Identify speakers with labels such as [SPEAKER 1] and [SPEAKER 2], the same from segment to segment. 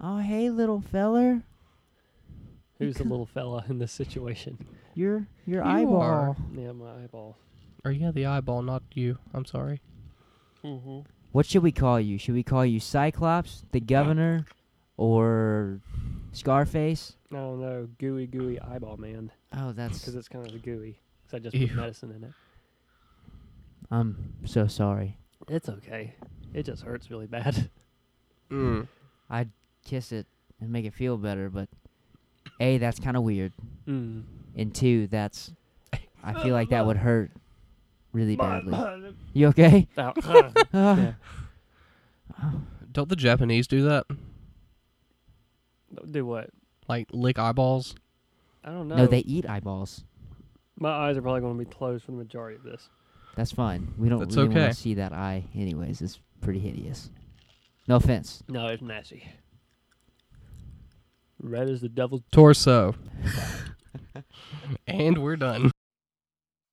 [SPEAKER 1] Oh, hey, little feller.
[SPEAKER 2] Who's the little fella in this situation?
[SPEAKER 1] Your your
[SPEAKER 3] You
[SPEAKER 1] eyeball.
[SPEAKER 3] are.
[SPEAKER 2] Yeah, my eyeball.
[SPEAKER 3] Or yeah, the eyeball, not you. I'm sorry.
[SPEAKER 2] Mm-hmm.
[SPEAKER 1] What should we call you? Should we call you Cyclops, the Governor, or Scarface?
[SPEAKER 2] I don't know. Gooey, gooey eyeball man.
[SPEAKER 1] Oh, that's.
[SPEAKER 2] Because it's kind of gooey. Because I just
[SPEAKER 3] Ew.
[SPEAKER 2] put medicine in it.
[SPEAKER 1] I'm so sorry.
[SPEAKER 2] It's okay. It just hurts really bad.
[SPEAKER 3] Mm.
[SPEAKER 1] I'd kiss it and make it feel better, but a that's kind of weird,
[SPEAKER 2] Mm.
[SPEAKER 1] and two that's. I feel like that would hurt really badly.
[SPEAKER 2] Ow.
[SPEAKER 1] You okay?
[SPEAKER 2] uh,
[SPEAKER 1] Ah.
[SPEAKER 2] Yeah.
[SPEAKER 3] Don't the Japanese do that?
[SPEAKER 2] Do what?
[SPEAKER 3] Like lick eyeballs?
[SPEAKER 2] I don't know.
[SPEAKER 1] no, they eat eyeballs.
[SPEAKER 2] My eyes are probably going to be closed for the majority of this.
[SPEAKER 1] That's fine. We don't
[SPEAKER 3] That's
[SPEAKER 1] really
[SPEAKER 3] okay.
[SPEAKER 1] want to see that eye, anyways. It's pretty hideous. No offense.
[SPEAKER 2] No, it's nasty. Red is the devil's.
[SPEAKER 3] Torso. and we're done.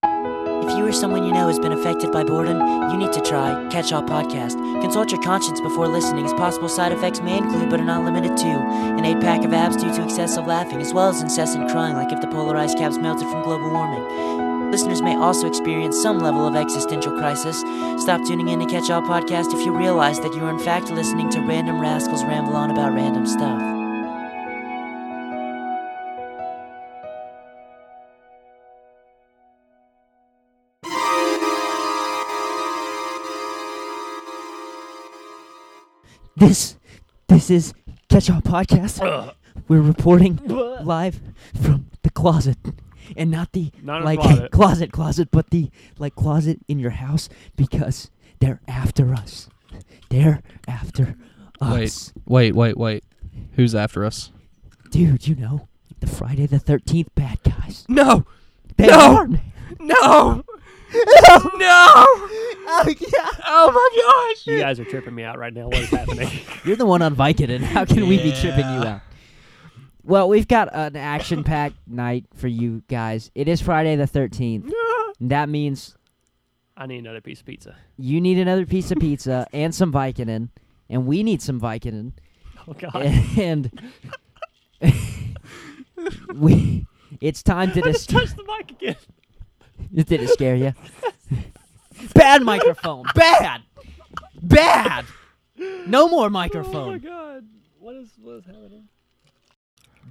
[SPEAKER 4] If you or someone you know has been affected by boredom, you need to try Catch All Podcast. Consult your conscience before listening, as possible side effects may include, but are not limited to, an eight pack of abs due to excessive laughing, as well as incessant crying, like if the polar ice caps melted from global warming. Listeners may also experience some level of existential crisis. Stop tuning in to Catch All Podcast if you realize that you are in fact listening to random rascals ramble on about random stuff.
[SPEAKER 1] This, this is Catch All Podcast. We're reporting live from the closet, and not the
[SPEAKER 2] Not
[SPEAKER 1] like
[SPEAKER 2] a closet.
[SPEAKER 1] closet, closet, but the like closet in your house because they're after us. They're after
[SPEAKER 3] Wait.
[SPEAKER 1] us,
[SPEAKER 3] Wait, wait, wait. Who's after us?
[SPEAKER 1] dude. You know the Friday the Thirteenth bad guys.
[SPEAKER 3] No!
[SPEAKER 1] They
[SPEAKER 3] No!
[SPEAKER 1] are. man.
[SPEAKER 3] No! no!
[SPEAKER 1] Oh, yeah.
[SPEAKER 3] Oh my
[SPEAKER 2] You guys are tripping me out right now. What is happening?
[SPEAKER 1] You're the one on Vicodin. How can we be tripping you
[SPEAKER 3] Yeah.
[SPEAKER 1] out? Well, we've got an action-packed night for you guys. It is Friday the 13th. That means
[SPEAKER 2] I need another piece of pizza.
[SPEAKER 1] you need another piece of pizza and some Vicodin, and we need some Vicodin,
[SPEAKER 2] Oh God.
[SPEAKER 1] and we. It's time to
[SPEAKER 2] I just
[SPEAKER 1] dis-
[SPEAKER 2] touched the mic again.
[SPEAKER 1] Did it scare you? Bad microphone. Bad. Bad. No more
[SPEAKER 2] Oh my
[SPEAKER 1] microphone.
[SPEAKER 2] God. What is what is happening?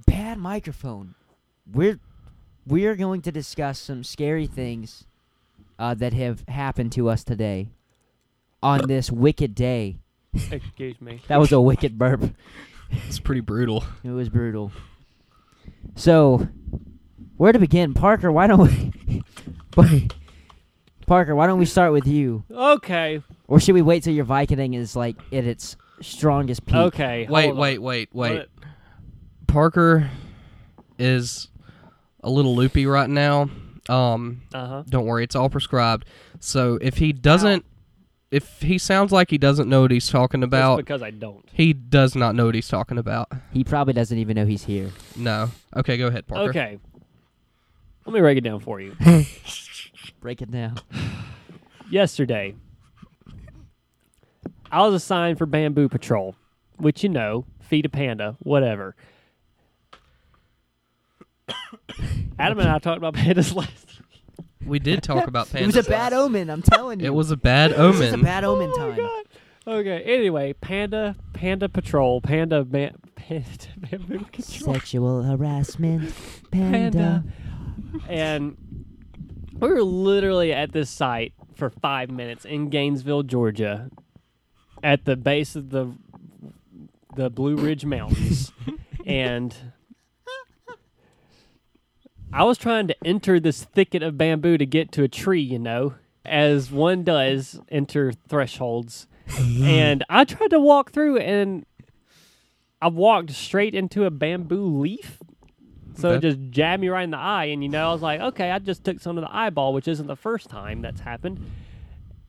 [SPEAKER 1] bad microphone. We're we're going to discuss some scary things uh, that have happened to us today on this wicked day.
[SPEAKER 2] Excuse me.
[SPEAKER 1] That was a wicked burp.
[SPEAKER 3] gosh! It's pretty brutal.
[SPEAKER 1] It was brutal. So, where to begin, Parker? Why don't we, Par- Parker? Why don't we start with you,
[SPEAKER 2] Okay.
[SPEAKER 1] or should we wait till your Viking is like at its strongest peak?
[SPEAKER 2] Okay.
[SPEAKER 3] Wait,
[SPEAKER 2] hold on.
[SPEAKER 3] wait, wait, wait.
[SPEAKER 2] What-
[SPEAKER 3] Parker is a little loopy right now. Um,
[SPEAKER 2] Uh-huh.
[SPEAKER 3] don't worry, it's all prescribed. So if he doesn't, if he sounds like he doesn't know what he's talking
[SPEAKER 2] It's
[SPEAKER 3] about,
[SPEAKER 2] because I don't.
[SPEAKER 3] he does not know what he's talking about.
[SPEAKER 1] He probably doesn't even know he's here.
[SPEAKER 3] No. Okay, go ahead, Parker.
[SPEAKER 2] Okay. Let me break it down for you.
[SPEAKER 1] Break it down.
[SPEAKER 2] Yesterday, I was assigned for Bamboo Patrol, which you know, feed a panda, whatever. Adam and I talked about pandas last.
[SPEAKER 3] We did talk about pandas.
[SPEAKER 1] It was a bad omen. I'm telling you.
[SPEAKER 3] It was a bad
[SPEAKER 1] This is a
[SPEAKER 3] omen.
[SPEAKER 1] bad omen time.
[SPEAKER 2] Oh Okay. Anyway, panda, panda patrol, panda, man, panda, bamboo patrol.
[SPEAKER 1] Sexual harassment,
[SPEAKER 2] Panda.
[SPEAKER 1] panda.
[SPEAKER 2] uh, and we were literally at this site for five minutes in Gainesville, Georgia, at the base of the the Blue Ridge Mountains, and I was trying to enter this thicket of bamboo to get to a tree, you know, as one does enter thresholds, and I tried to walk through and. I walked straight into a bamboo leaf so it
[SPEAKER 3] Okay.
[SPEAKER 2] just jabbed me right in the eye, and you know, I was like, okay, I just took some of the eyeball, which isn't the first time that's happened.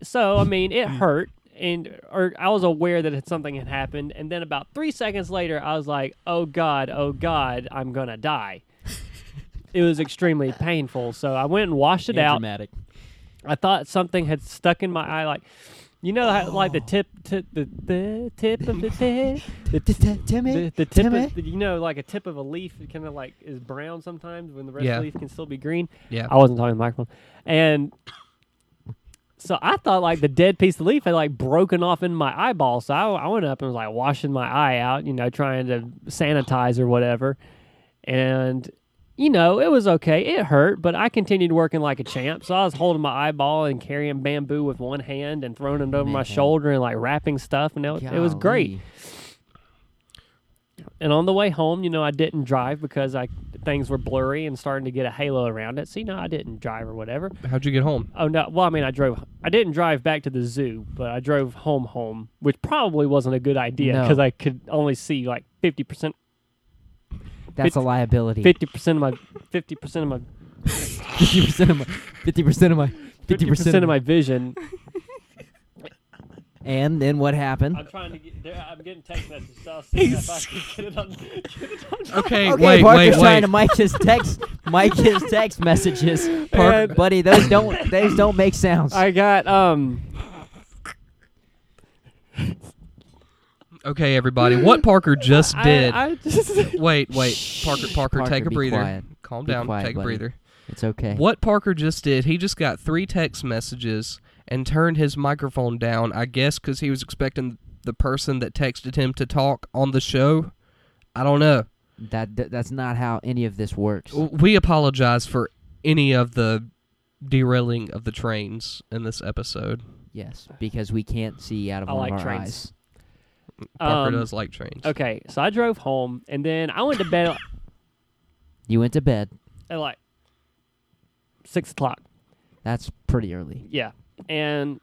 [SPEAKER 2] So I mean, it hurt, and or I was aware that it- something had happened, and then about three seconds later, I was like, oh god, oh god, I'm gonna die. it was extremely painful, so I went and washed it out.
[SPEAKER 1] Dramatic.
[SPEAKER 2] I thought something had stuck in my eye, like You know, how, like the tip, tip the, the tip of the tip, the,
[SPEAKER 1] T-
[SPEAKER 2] t-
[SPEAKER 1] t- Timmy,
[SPEAKER 2] the, the tip.
[SPEAKER 1] Timmy?
[SPEAKER 2] Of, you know, like a tip of a leaf, kind of like is brown sometimes when the rest
[SPEAKER 3] Yeah.
[SPEAKER 2] of the leaf can still be green.
[SPEAKER 3] Yeah.
[SPEAKER 2] I wasn't talking to the microphone, and so I thought like the dead piece of leaf had like broken off in my eyeball. So I, I went up and was like washing my eye out, you know, trying to sanitize or whatever, and you know, it was okay. It hurt, but I continued working like a champ. So I was holding my eyeball and carrying bamboo with one hand and throwing it over my
[SPEAKER 1] Man.
[SPEAKER 2] shoulder and like wrapping stuff. And it, it was great.
[SPEAKER 1] Golly.
[SPEAKER 2] And on the way home, you know, I didn't drive because I things were blurry and starting to get a halo around it. So, you know, I didn't drive or whatever.
[SPEAKER 3] How'd you get home?
[SPEAKER 2] Oh, no. Well, I mean, I drove, I didn't drive back to the zoo, but I drove home home, which probably wasn't a good idea
[SPEAKER 1] No.
[SPEAKER 2] because I could only see like 50%
[SPEAKER 1] That's a
[SPEAKER 2] Fif-
[SPEAKER 1] liability.
[SPEAKER 2] fifty percent of my fifty percent of my
[SPEAKER 1] Fifty percent of my, fifty percent of my,
[SPEAKER 2] fifty percent of my vision.
[SPEAKER 1] And then what happened?
[SPEAKER 2] I'm trying to get. There, I'm getting text messages. So I'll see if I can get it on. Get it on.
[SPEAKER 3] Okay,
[SPEAKER 1] okay,
[SPEAKER 3] wait,
[SPEAKER 1] Parker's
[SPEAKER 3] wait,
[SPEAKER 1] trying
[SPEAKER 3] wait.
[SPEAKER 1] to mic his text, mic his text messages.
[SPEAKER 2] Park-
[SPEAKER 1] Park, buddy, those don't, those don't make sounds.
[SPEAKER 2] I got um.
[SPEAKER 3] okay, everybody. What Parker just
[SPEAKER 2] I-
[SPEAKER 3] did.
[SPEAKER 2] I, just.
[SPEAKER 3] wait, wait. Parker, Parker,
[SPEAKER 1] Parker,
[SPEAKER 3] take a
[SPEAKER 1] be
[SPEAKER 3] breather.
[SPEAKER 1] quiet.
[SPEAKER 3] Calm
[SPEAKER 1] Be
[SPEAKER 3] down.
[SPEAKER 1] quiet,
[SPEAKER 3] take a
[SPEAKER 1] buddy.
[SPEAKER 3] breather.
[SPEAKER 1] it's okay.
[SPEAKER 3] What Parker just did, he just got three text messages and turned his microphone down, I guess, because he was expecting the person that texted him to talk on the show. I don't know.
[SPEAKER 1] That, that that's not how any of this works.
[SPEAKER 3] We apologize for any of the derailing of the trains in this episode.
[SPEAKER 1] Yes, because we can't see out of
[SPEAKER 2] I
[SPEAKER 1] one
[SPEAKER 2] like
[SPEAKER 1] of our
[SPEAKER 2] trains.
[SPEAKER 1] eyes.
[SPEAKER 3] Parker
[SPEAKER 2] Um,
[SPEAKER 3] does like trains.
[SPEAKER 2] Okay, so I drove home and then I went to bed
[SPEAKER 1] You went to bed.
[SPEAKER 2] at like six o'clock.
[SPEAKER 1] That's pretty early.
[SPEAKER 2] Yeah, and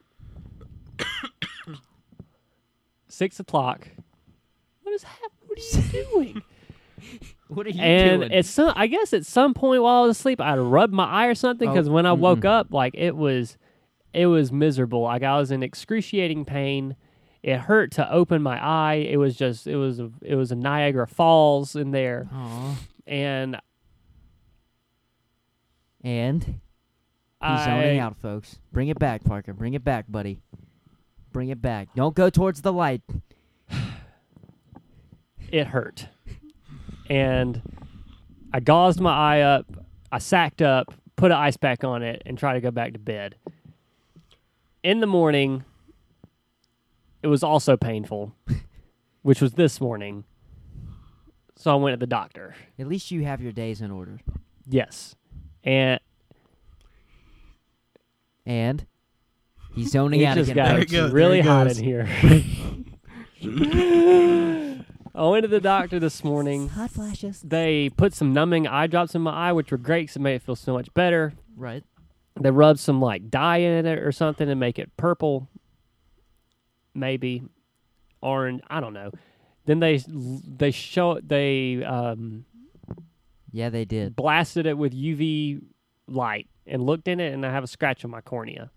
[SPEAKER 2] six o'clock. What is happening? What are you doing?
[SPEAKER 1] What are you
[SPEAKER 2] and at some, I guess at some point while I was asleep, I rubbed my eye or something
[SPEAKER 1] Oh,
[SPEAKER 2] because when I woke
[SPEAKER 1] mm-mm.
[SPEAKER 2] up, like it was, it was miserable. Like I was in excruciating pain. It hurt to open my eye. It was just, it was, a, it was a Niagara Falls in there,
[SPEAKER 1] Aw.
[SPEAKER 2] and
[SPEAKER 1] And he's
[SPEAKER 2] I,
[SPEAKER 1] zoning out, folks. Bring it back, Parker. Bring it back, buddy. Bring it back. Don't go towards the light.
[SPEAKER 2] it hurt, and I gauzed my eye up. I sacked up, put an ice pack on it, and tried to go back to bed. In the morning, it was also painful, which was this morning. So I went to the doctor.
[SPEAKER 1] At least you have your days in order.
[SPEAKER 2] Yes. And
[SPEAKER 1] And he's zoning
[SPEAKER 2] it
[SPEAKER 1] out
[SPEAKER 2] just
[SPEAKER 1] again.
[SPEAKER 2] got
[SPEAKER 3] There
[SPEAKER 1] folks.
[SPEAKER 3] it goes,
[SPEAKER 2] really
[SPEAKER 3] there it
[SPEAKER 2] hot in
[SPEAKER 3] goes.
[SPEAKER 2] here. I went to the doctor this morning.
[SPEAKER 1] Hot flashes.
[SPEAKER 2] They put some numbing eye drops in my eye, which were great because it made it feel so much better.
[SPEAKER 1] Right.
[SPEAKER 2] they rub some like dye in it or something and make it purple maybe orange i don't know then they they show they um
[SPEAKER 1] Yeah, they did.
[SPEAKER 2] blasted it with uv light and looked in it and i have a scratch on my cornea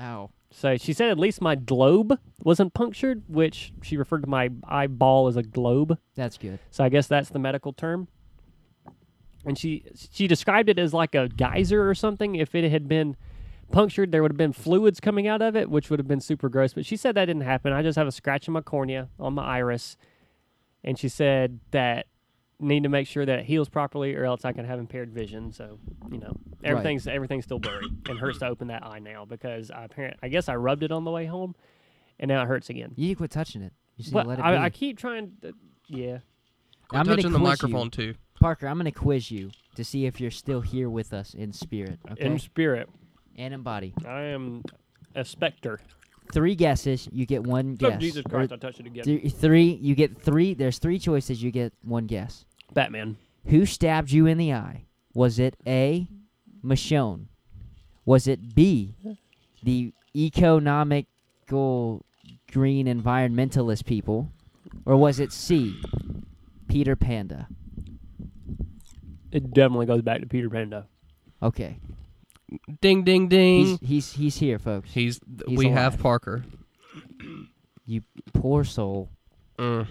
[SPEAKER 1] Ow.
[SPEAKER 2] so she said at least my globe wasn't punctured which she referred to my eyeball as a globe
[SPEAKER 1] That's good.
[SPEAKER 2] so i guess that's the medical term and she she described it as like a geyser or something if it had been punctured there would have been fluids coming out of it which would have been super gross but she said that didn't happen i just have a scratch in my cornea on my iris and she said that need to make sure that it heals properly or else i can have impaired vision so you know everything's everything's still blurry and hurts to open that eye now because i apparent i guess i rubbed it on the way home and now it hurts again
[SPEAKER 1] You need to quit touching it. You just need
[SPEAKER 2] but
[SPEAKER 1] to let it
[SPEAKER 2] I,
[SPEAKER 1] be.
[SPEAKER 2] I keep trying to, yeah
[SPEAKER 3] Quit
[SPEAKER 1] I'm gonna
[SPEAKER 3] touching the
[SPEAKER 1] quiz you.
[SPEAKER 3] microphone too.
[SPEAKER 1] Parker, I'm going to quiz you to see if you're still here with us in spirit, okay?
[SPEAKER 2] in spirit
[SPEAKER 1] and in body.
[SPEAKER 2] I am a specter.
[SPEAKER 1] Three guesses, you get one
[SPEAKER 2] Oh,
[SPEAKER 1] guess.
[SPEAKER 2] Jesus
[SPEAKER 1] Or
[SPEAKER 2] Christ, I touched it again.
[SPEAKER 1] th- three, you get three. There's three choices, you get one guess.
[SPEAKER 2] Batman.
[SPEAKER 1] Who stabbed you in the eye? Was it A, Michonne? Was it B, the economical green environmentalist people? Or was it C, Peter Panda?
[SPEAKER 2] It definitely goes back to Peter Panda.
[SPEAKER 1] Okay.
[SPEAKER 3] Ding, ding,
[SPEAKER 1] He's
[SPEAKER 2] Mm.
[SPEAKER 3] ding.
[SPEAKER 1] he's, he's here, folks.
[SPEAKER 3] He's,
[SPEAKER 1] he's
[SPEAKER 3] we
[SPEAKER 1] alive.
[SPEAKER 3] have Parker.
[SPEAKER 1] You poor soul.
[SPEAKER 3] Mm.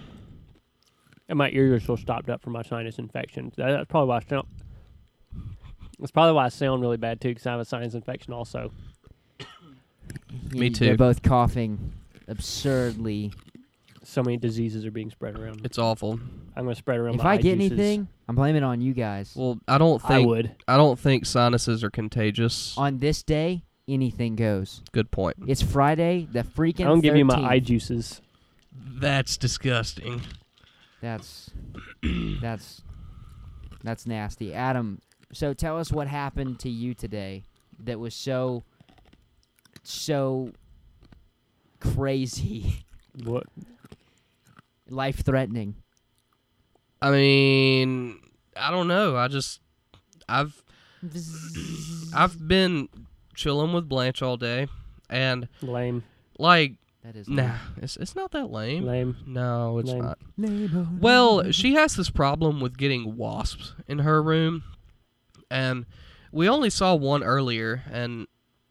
[SPEAKER 2] And my ears are still stopped up from my sinus infection. That- That's probably why I sound. That's probably why I sound really bad too, because I have a sinus infection also.
[SPEAKER 1] Y-
[SPEAKER 3] Me
[SPEAKER 1] They're
[SPEAKER 3] too.
[SPEAKER 1] both coughing absurdly.
[SPEAKER 2] So many diseases are being spread around.
[SPEAKER 3] It's awful.
[SPEAKER 2] I'm gonna spread around.
[SPEAKER 1] If
[SPEAKER 2] my
[SPEAKER 1] I
[SPEAKER 2] eye
[SPEAKER 1] get
[SPEAKER 2] juices.
[SPEAKER 1] anything, I'm blaming it on you guys.
[SPEAKER 3] Well, I don't
[SPEAKER 2] I
[SPEAKER 3] think
[SPEAKER 2] would.
[SPEAKER 3] I don't think sinuses are contagious.
[SPEAKER 1] on this day, anything goes.
[SPEAKER 3] Good point.
[SPEAKER 1] It's Friday, the freaking.
[SPEAKER 2] I don't give you my
[SPEAKER 1] 13th.
[SPEAKER 2] eye juices.
[SPEAKER 3] That's disgusting.
[SPEAKER 1] That's that's that's nasty. Adam, so tell us what happened to you today that was so so crazy,
[SPEAKER 2] What?
[SPEAKER 1] life threatening.
[SPEAKER 3] I mean, I don't know. I just I've I've been chilling with Blanche all day, and
[SPEAKER 2] Lame.
[SPEAKER 3] like,
[SPEAKER 1] That is
[SPEAKER 3] nah, it's it's not that lame.
[SPEAKER 2] Lame.
[SPEAKER 3] No, it's
[SPEAKER 2] Lame.
[SPEAKER 3] not.
[SPEAKER 1] lame.
[SPEAKER 3] Well, she has this problem with getting wasps in her room, and we only saw one earlier, and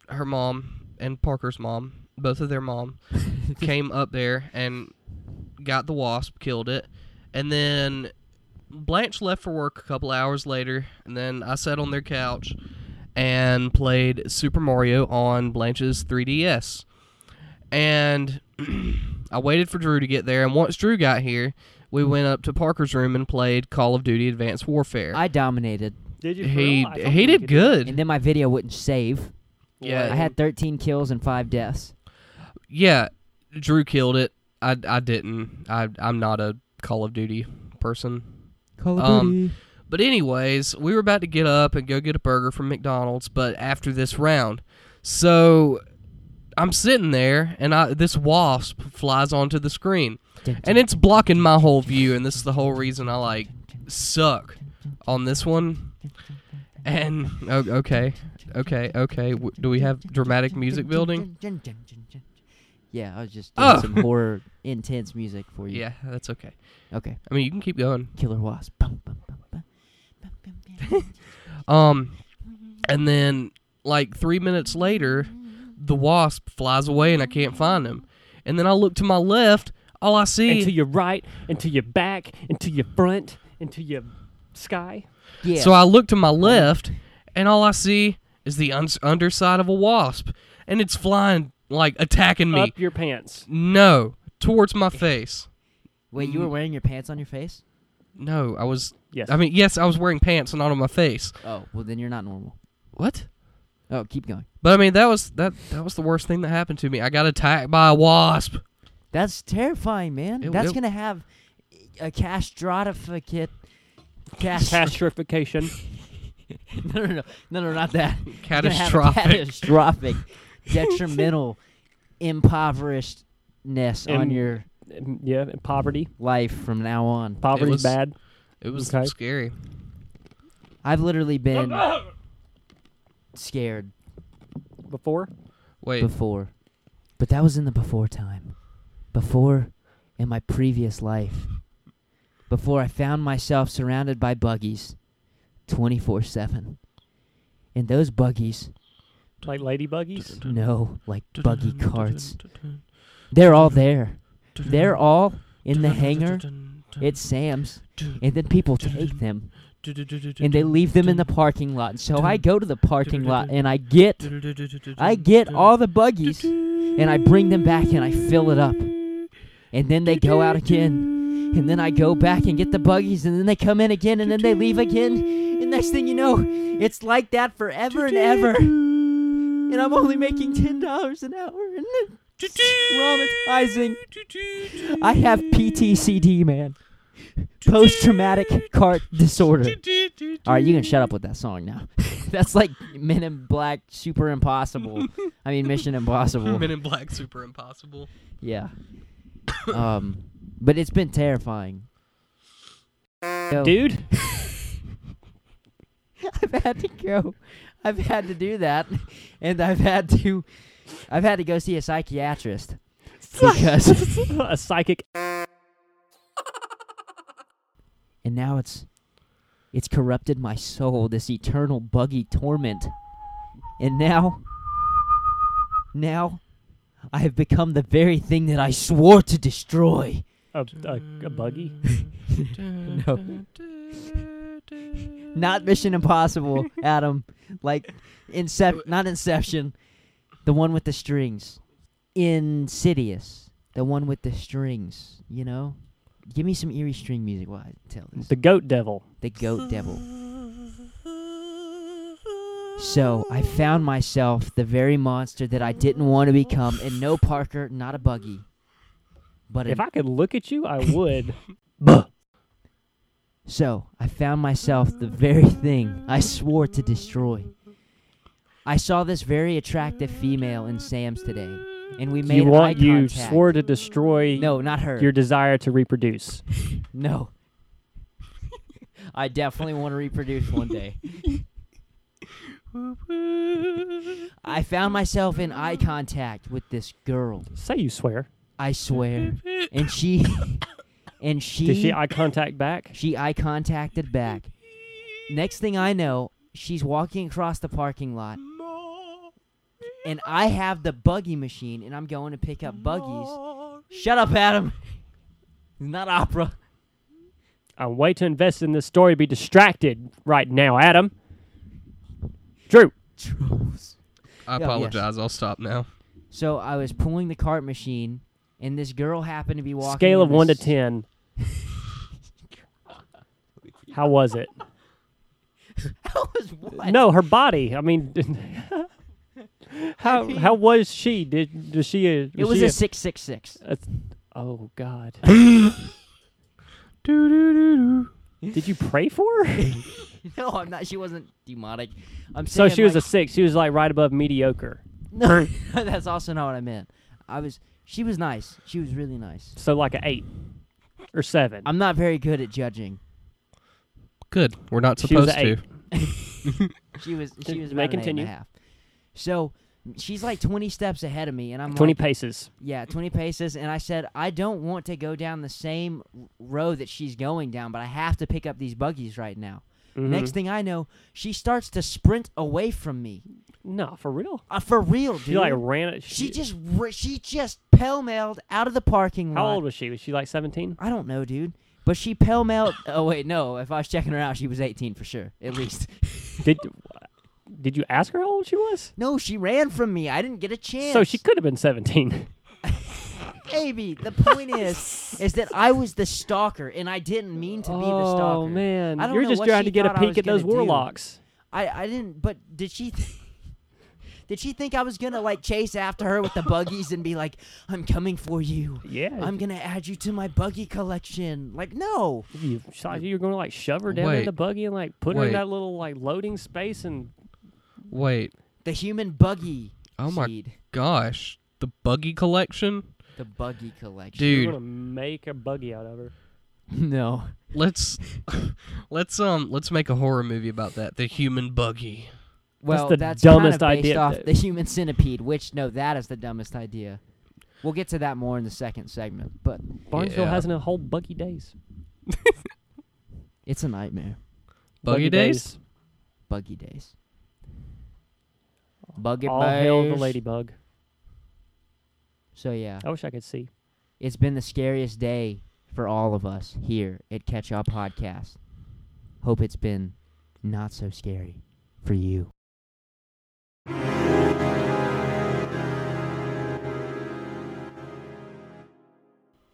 [SPEAKER 3] her mom and Parker's mom, both of their mom, came up there and got the wasp, killed it, and then Blanche left for work a couple hours later, and then I sat on their couch and played Super Mario on Blanche's 3DS. And I waited for Drew to get there, and once Drew got here, we went up to Parker's room and played Call of Duty Advanced Warfare.
[SPEAKER 1] I dominated,
[SPEAKER 2] Did you?
[SPEAKER 3] he he did good.
[SPEAKER 1] and then my video wouldn't save.
[SPEAKER 3] Yeah.
[SPEAKER 1] I had 13 kills and five deaths.
[SPEAKER 3] Yeah, Drew killed it. I, I didn't. I I'm not a Call of Duty person.
[SPEAKER 1] Call
[SPEAKER 3] of Um, Duty. But anyways, we were about to get up and go get a burger from McDonald's, but after this round. So I'm sitting there and I this wasp flies onto the screen. And it's blocking my whole view and this is the whole reason I like suck on this one. And o- okay. Okay, okay. W- Do we have dramatic music building?
[SPEAKER 1] Yeah, I was just doing
[SPEAKER 3] Oh.
[SPEAKER 1] some horror intense music for you.
[SPEAKER 3] Yeah, that's okay.
[SPEAKER 1] Okay.
[SPEAKER 3] I mean, you can keep going.
[SPEAKER 1] Killer Wasp. Bum, bum, bum, bum. Bum, bum, bum.
[SPEAKER 3] Um, and then like three minutes later, the wasp flies away and I can't find him. And then I look to my left, all I see.
[SPEAKER 2] And to your right, and to your back, and to your front, and to your sky.
[SPEAKER 1] yeah.
[SPEAKER 3] So I look to my left, and all I see is the uns underside of a wasp, and it's flying like attacking me.
[SPEAKER 2] Up your pants.
[SPEAKER 3] No, towards my face.
[SPEAKER 1] Wait,
[SPEAKER 3] Mm.
[SPEAKER 1] you were wearing your pants on your face?
[SPEAKER 3] No, I was.
[SPEAKER 2] Yes.
[SPEAKER 3] I mean, yes, I was wearing pants and not on my face.
[SPEAKER 1] Oh, well then you're not normal.
[SPEAKER 3] What?
[SPEAKER 1] Oh, keep going.
[SPEAKER 3] But I mean, that was that. That was the worst thing that happened to me. I got attacked by a wasp.
[SPEAKER 1] That's terrifying, man.
[SPEAKER 3] It-
[SPEAKER 1] That's
[SPEAKER 3] it-
[SPEAKER 1] gonna have a cash stratificate. Cash.
[SPEAKER 2] Castrification.
[SPEAKER 1] no, no, no, no, no, not that. It's gonna have a
[SPEAKER 3] Catastrophic.
[SPEAKER 1] catastrophic, detrimental, impoverishedness on
[SPEAKER 2] Im-
[SPEAKER 1] your
[SPEAKER 2] Mm, yeah. and poverty.
[SPEAKER 1] life from now on.
[SPEAKER 2] Poverty's
[SPEAKER 3] was-
[SPEAKER 2] bad.
[SPEAKER 3] It was
[SPEAKER 2] Okay.
[SPEAKER 3] scary.
[SPEAKER 1] I've literally been scared
[SPEAKER 2] Before.
[SPEAKER 3] Wait,
[SPEAKER 1] before, but that was in the before time. Before, in my previous life, before I found myself surrounded by buggies, twenty four seven, and those buggies,
[SPEAKER 2] Like lady buggies.
[SPEAKER 1] no, like buggy carts. They're all there. They're all in the hangar at Sam's, and then people take them and they leave them in the parking lot. And So I go to the parking lot and I get I get all the buggies and I bring them back and I fill it up. And then they go out again. And then I go back and get the buggies and then they come in again and then they leave again. And next thing you know, it's like that forever and ever. And I'm only making $10 an hour and it's traumatizing. I have PTCD, man. Post traumatic cart disorder. All right, you can shut up with that song now. That's like Men in Black Super Impossible. I mean Mission Impossible.
[SPEAKER 3] Men in Black, super impossible.
[SPEAKER 1] Yeah. Um but it's been terrifying. Yo,
[SPEAKER 2] Dude.
[SPEAKER 1] I've had to go. I've had to do that and I've had to I've had to go see a psychiatrist because
[SPEAKER 2] a psychic.
[SPEAKER 1] and now it's it's corrupted my soul this eternal buggy torment and now now i have become the very thing that i swore to destroy
[SPEAKER 2] A, a, a buggy.
[SPEAKER 1] No. not mission impossible adam like incep not inception the one with the strings insidious the one with the strings. You know, give me some eerie string music while I tell this.
[SPEAKER 2] The goat devil.
[SPEAKER 1] the goat devil. So I found myself the very monster that I didn't want to become, and no Parker, not a buggy, but an
[SPEAKER 2] If I could look at you, I would.
[SPEAKER 1] So I found myself the very thing I swore to destroy. I saw this very attractive female in Sam's today, and we made
[SPEAKER 2] you
[SPEAKER 1] eye
[SPEAKER 2] want you
[SPEAKER 1] contact.
[SPEAKER 2] swore to destroy
[SPEAKER 1] no, not her.
[SPEAKER 2] your desire to reproduce.
[SPEAKER 1] no. I definitely want to reproduce one day. I found myself in eye contact with this girl.
[SPEAKER 2] Say you swear.
[SPEAKER 1] I swear, and she, and she,
[SPEAKER 2] Did she eye contact back?
[SPEAKER 1] She eye contacted back. Next thing I know, she's walking across the parking lot. And I have the buggy machine and I'm going to pick up buggies. Shut up, Adam. It's not opera.
[SPEAKER 2] I'm way too invested in this story to be distracted right now, Adam. Drew.
[SPEAKER 1] Trolls.
[SPEAKER 3] I
[SPEAKER 1] Yeah, yes.
[SPEAKER 3] apologize. I'll stop now.
[SPEAKER 1] So I was pulling the cart machine and this girl happened to be walking.
[SPEAKER 2] Scale
[SPEAKER 1] in
[SPEAKER 2] of one to
[SPEAKER 1] this-
[SPEAKER 2] ten. How was it?
[SPEAKER 1] That was what?
[SPEAKER 2] No, her body. I mean, how how was she? Did was she? A, was
[SPEAKER 1] It was
[SPEAKER 2] she
[SPEAKER 1] a 666.
[SPEAKER 2] a- oh God!
[SPEAKER 3] Do, do, do, do.
[SPEAKER 2] Did you pray for her?
[SPEAKER 1] No, I'm not. She wasn't demonic. I'm
[SPEAKER 2] so
[SPEAKER 1] saying,
[SPEAKER 2] she was a
[SPEAKER 1] like-
[SPEAKER 2] six. She was like right above mediocre.
[SPEAKER 1] No, that's also not what I meant. I was. She was nice. She was really nice.
[SPEAKER 2] So like an eight or 7
[SPEAKER 1] I'm not very good at judging.
[SPEAKER 3] Good. We're not
[SPEAKER 2] She was
[SPEAKER 3] supposed
[SPEAKER 2] an
[SPEAKER 3] to.
[SPEAKER 2] eight.
[SPEAKER 1] She was she
[SPEAKER 2] May
[SPEAKER 1] was about an eight and a
[SPEAKER 2] continue.
[SPEAKER 1] half. So she's like 20 steps ahead of me, and I'm
[SPEAKER 2] Twenty
[SPEAKER 1] like,
[SPEAKER 2] paces.
[SPEAKER 1] yeah, 20 paces. And I said, I don't want to go down the same r- road that she's going down, but I have to pick up these buggies right now.
[SPEAKER 2] Mhm.
[SPEAKER 1] Next thing I know, she starts to sprint away from me.
[SPEAKER 2] No, for real.
[SPEAKER 1] Uh, for real, dude.
[SPEAKER 2] She like ran. it-
[SPEAKER 1] she just r- she just pell mailed out of the parking lot.
[SPEAKER 2] How old was she? Was she like seventeen?
[SPEAKER 1] I don't know, dude. But she pell mailed. oh wait, no. If I was checking her out, she was 18 for sure, at least.
[SPEAKER 2] Did did you ask her how old she was?
[SPEAKER 1] No, she ran from me. I didn't get a chance.
[SPEAKER 2] So she could have been seventeen.
[SPEAKER 1] Baby, the point is, is that I was the stalker, and I didn't mean to be the stalker.
[SPEAKER 2] Oh man,
[SPEAKER 1] I don't
[SPEAKER 2] you're
[SPEAKER 1] know
[SPEAKER 2] just
[SPEAKER 1] what
[SPEAKER 2] trying
[SPEAKER 1] she
[SPEAKER 2] to get a
[SPEAKER 1] thought I was
[SPEAKER 2] peek at those
[SPEAKER 1] gonna do.
[SPEAKER 2] warlocks.
[SPEAKER 1] I, I didn't. But did she? Th- did she think I was gonna like chase after her with the buggies and be like, "I'm coming for you.
[SPEAKER 2] Yeah,
[SPEAKER 1] I'm gonna add you to my buggy collection"? Like, no.
[SPEAKER 2] you thought you were going to like shove her down
[SPEAKER 3] Wait.
[SPEAKER 2] in the buggy and like put her
[SPEAKER 3] Wait.
[SPEAKER 2] in that little like loading space and
[SPEAKER 3] Wait.
[SPEAKER 1] The human buggy.
[SPEAKER 3] Oh my
[SPEAKER 1] seed.
[SPEAKER 3] gosh. The buggy collection?
[SPEAKER 1] The buggy collection.
[SPEAKER 2] you're
[SPEAKER 3] Dude,
[SPEAKER 2] going to make a buggy out of her.
[SPEAKER 1] No.
[SPEAKER 3] let's let's um let's make a horror movie about that. The human buggy.
[SPEAKER 1] Well,
[SPEAKER 2] the
[SPEAKER 1] that's,
[SPEAKER 2] dumbest
[SPEAKER 1] kind of based
[SPEAKER 2] idea.
[SPEAKER 1] off the human centipede, which no, that is the dumbest idea. We'll get to that more in the second segment, but
[SPEAKER 2] Barnesville
[SPEAKER 3] Yeah.
[SPEAKER 2] has a whole buggy days.
[SPEAKER 1] it's a nightmare.
[SPEAKER 3] Buggy days?
[SPEAKER 1] Buggy days. Buggy
[SPEAKER 2] All hail the
[SPEAKER 1] days.
[SPEAKER 2] ladybug.
[SPEAKER 1] So yeah,
[SPEAKER 2] I wish I could see.
[SPEAKER 1] it's been the scariest day for all of us here at Catch Up Podcast. Hope it's been not so scary for you.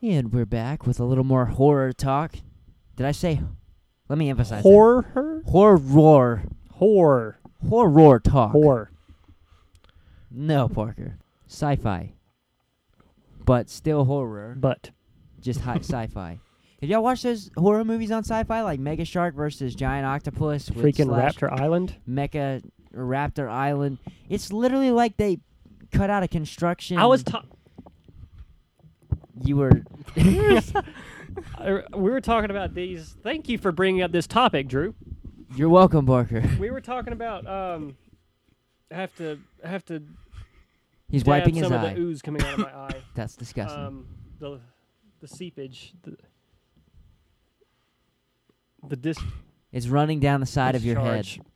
[SPEAKER 1] And we're back with a little more horror talk. Did I say? Let me emphasize. that.
[SPEAKER 2] Horror, her?
[SPEAKER 1] Horror.
[SPEAKER 2] horror,
[SPEAKER 1] Horror talk.
[SPEAKER 2] horror.
[SPEAKER 1] No, Parker. Sci-fi. But still horror.
[SPEAKER 2] But
[SPEAKER 1] Just high sci-fi. Have y'all watched those horror movies on sci-fi, like Mega Shark versus Giant Octopus with
[SPEAKER 2] freaking
[SPEAKER 1] slash
[SPEAKER 2] Raptor Island.
[SPEAKER 1] Mecha Raptor Island? It's literally like they cut out a construction.
[SPEAKER 2] I was ta-
[SPEAKER 1] you were
[SPEAKER 2] I- er, we were talking about these. Thank you for bringing up this topic, Drew.
[SPEAKER 1] you're welcome, Parker.
[SPEAKER 2] We were talking about um, I have to I have to
[SPEAKER 1] He's
[SPEAKER 2] dab
[SPEAKER 1] wiping his
[SPEAKER 2] some
[SPEAKER 1] eye.
[SPEAKER 2] of the ooze coming out of my eye.
[SPEAKER 1] That's disgusting.
[SPEAKER 2] um, the the seepage, the, the dis-
[SPEAKER 1] it's running down the side of your head.
[SPEAKER 2] discharge.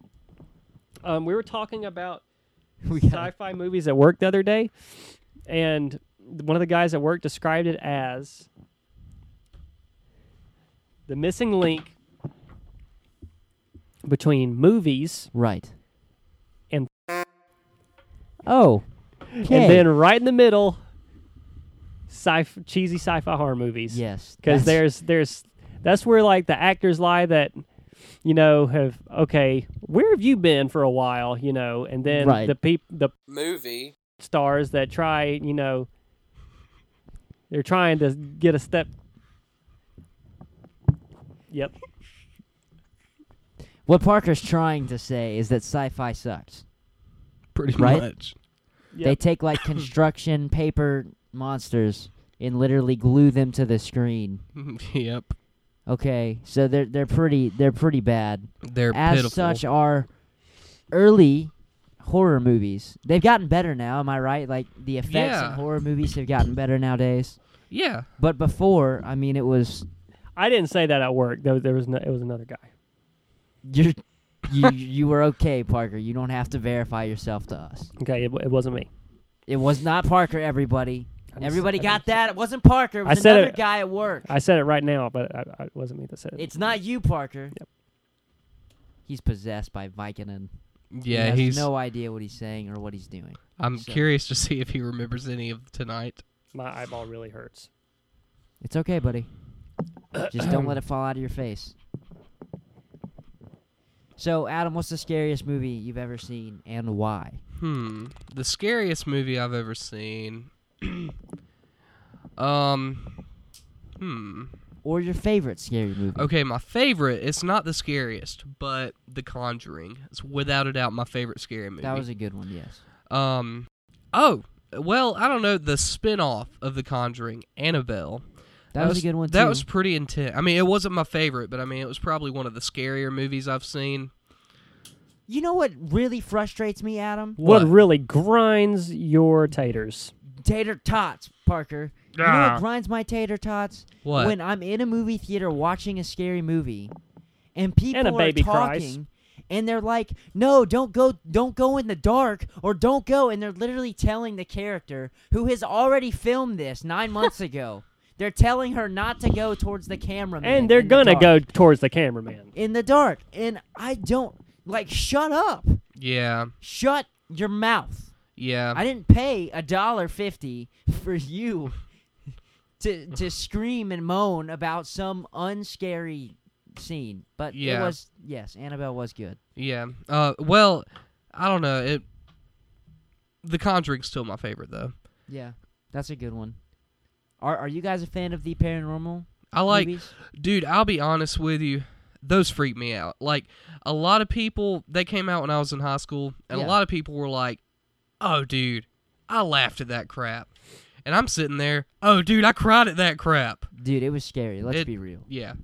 [SPEAKER 2] Um, we were talking about
[SPEAKER 1] We got
[SPEAKER 2] sci-fi movies at work the other day, and one of the guys at work described it as the missing link between movies,
[SPEAKER 1] right.
[SPEAKER 2] And-
[SPEAKER 1] oh, okay.
[SPEAKER 2] and then right in the middle sci cheesy sci-fi horror movies.
[SPEAKER 1] Yes, that's-
[SPEAKER 2] because there's there's that's where like the actors lie that you know have okay where have you been for a while you know and then
[SPEAKER 1] Right.
[SPEAKER 2] the peop the
[SPEAKER 5] Movie.
[SPEAKER 2] stars that try you know they're trying to get a step. Yep.
[SPEAKER 1] What Parker's trying to say is that sci-fi sucks.
[SPEAKER 3] Pretty
[SPEAKER 1] Right?
[SPEAKER 3] much.
[SPEAKER 1] They
[SPEAKER 2] Yep.
[SPEAKER 1] take like construction paper monsters and literally glue them to the screen.
[SPEAKER 3] yep.
[SPEAKER 1] Okay, so they're they're pretty they're pretty bad.
[SPEAKER 3] They're
[SPEAKER 1] As
[SPEAKER 3] pitiful.
[SPEAKER 1] such, are early horror movies. They've gotten better now. Am I right? Like the effects
[SPEAKER 3] Yeah.
[SPEAKER 1] in horror movies have gotten better nowadays.
[SPEAKER 3] yeah.
[SPEAKER 1] But before, I mean, it was
[SPEAKER 2] I didn't say that at work. There, there was no, it was another guy.
[SPEAKER 1] you you you were okay, Parker. You don't have to verify yourself to us.
[SPEAKER 2] Okay, it, wa- it wasn't me.
[SPEAKER 1] It was not Parker. Everybody,
[SPEAKER 2] I'm
[SPEAKER 1] everybody
[SPEAKER 2] sorry.
[SPEAKER 1] got that. It wasn't Parker. It
[SPEAKER 2] I
[SPEAKER 1] was
[SPEAKER 2] said
[SPEAKER 1] another
[SPEAKER 2] it-
[SPEAKER 1] guy at work.
[SPEAKER 2] I said it right now, but I, I, it wasn't me that said it.
[SPEAKER 1] It's not you, Parker. He's possessed by Vicodin. he
[SPEAKER 3] Yeah,
[SPEAKER 1] has
[SPEAKER 3] he's.
[SPEAKER 1] no idea what he's saying or what he's doing.
[SPEAKER 3] I'm
[SPEAKER 1] so-
[SPEAKER 3] curious to see if he remembers any of tonight.
[SPEAKER 2] My eyeball really hurts.
[SPEAKER 1] It's okay, buddy. Just don't let it fall out of your face. So, Adam, what's the scariest movie you've ever seen and why?
[SPEAKER 3] Hmm. The scariest movie I've ever seen. um. Hmm.
[SPEAKER 1] Or your favorite scary movie?
[SPEAKER 3] Okay, my favorite. It's not the scariest, but The Conjuring. It's without a doubt my favorite scary movie.
[SPEAKER 1] That was a good one, yes.
[SPEAKER 3] Um. Oh. Well, I don't know the spin-off of The Conjuring, Annabelle.
[SPEAKER 1] That, was, a good one,
[SPEAKER 3] That
[SPEAKER 1] too.
[SPEAKER 3] was pretty intense. I mean, it wasn't my favorite, but I mean, it was probably one of the scarier movies I've seen.
[SPEAKER 1] You know what really frustrates me, Adam?
[SPEAKER 2] What,
[SPEAKER 3] What?
[SPEAKER 2] really grinds your taters?
[SPEAKER 1] Tater tots, Parker. You know what grinds my tater tots?
[SPEAKER 3] What?
[SPEAKER 1] When I'm in a movie theater watching a scary movie, and people
[SPEAKER 2] And a baby
[SPEAKER 1] are
[SPEAKER 2] cries.
[SPEAKER 1] talking, and they're like, "No, don't go, don't go in the dark, or don't go," and they're literally telling the character who has already filmed this nine months ago. They're telling her not to go towards the cameraman,
[SPEAKER 2] And they're
[SPEAKER 1] in the
[SPEAKER 2] gonna
[SPEAKER 1] dark.
[SPEAKER 2] go towards the cameraman.
[SPEAKER 1] in the dark, and I don't like. Shut up!
[SPEAKER 3] Yeah.
[SPEAKER 1] Shut your mouth!
[SPEAKER 3] Yeah.
[SPEAKER 1] I didn't pay a dollar fifty for you to to scream and moan about some unscary scene. But
[SPEAKER 3] Yeah.
[SPEAKER 1] it was yes, Annabelle was good.
[SPEAKER 3] Yeah. Uh. Well, I don't know. It. The Conjuring's still my favorite though.
[SPEAKER 1] Yeah. That's a good one. Are are you guys a fan of the paranormal?
[SPEAKER 3] I like,
[SPEAKER 1] movies?
[SPEAKER 3] dude. I'll be honest with you. Those freak me out. Like a lot of people, they came out when I was in high school, and
[SPEAKER 1] Yeah.
[SPEAKER 3] a lot of people were like, "Oh, dude, I laughed at that crap," and I'm sitting there, "Oh, dude, I cried at that crap."
[SPEAKER 1] Dude, it was scary. Let's
[SPEAKER 3] It-
[SPEAKER 1] be real.
[SPEAKER 3] Yeah.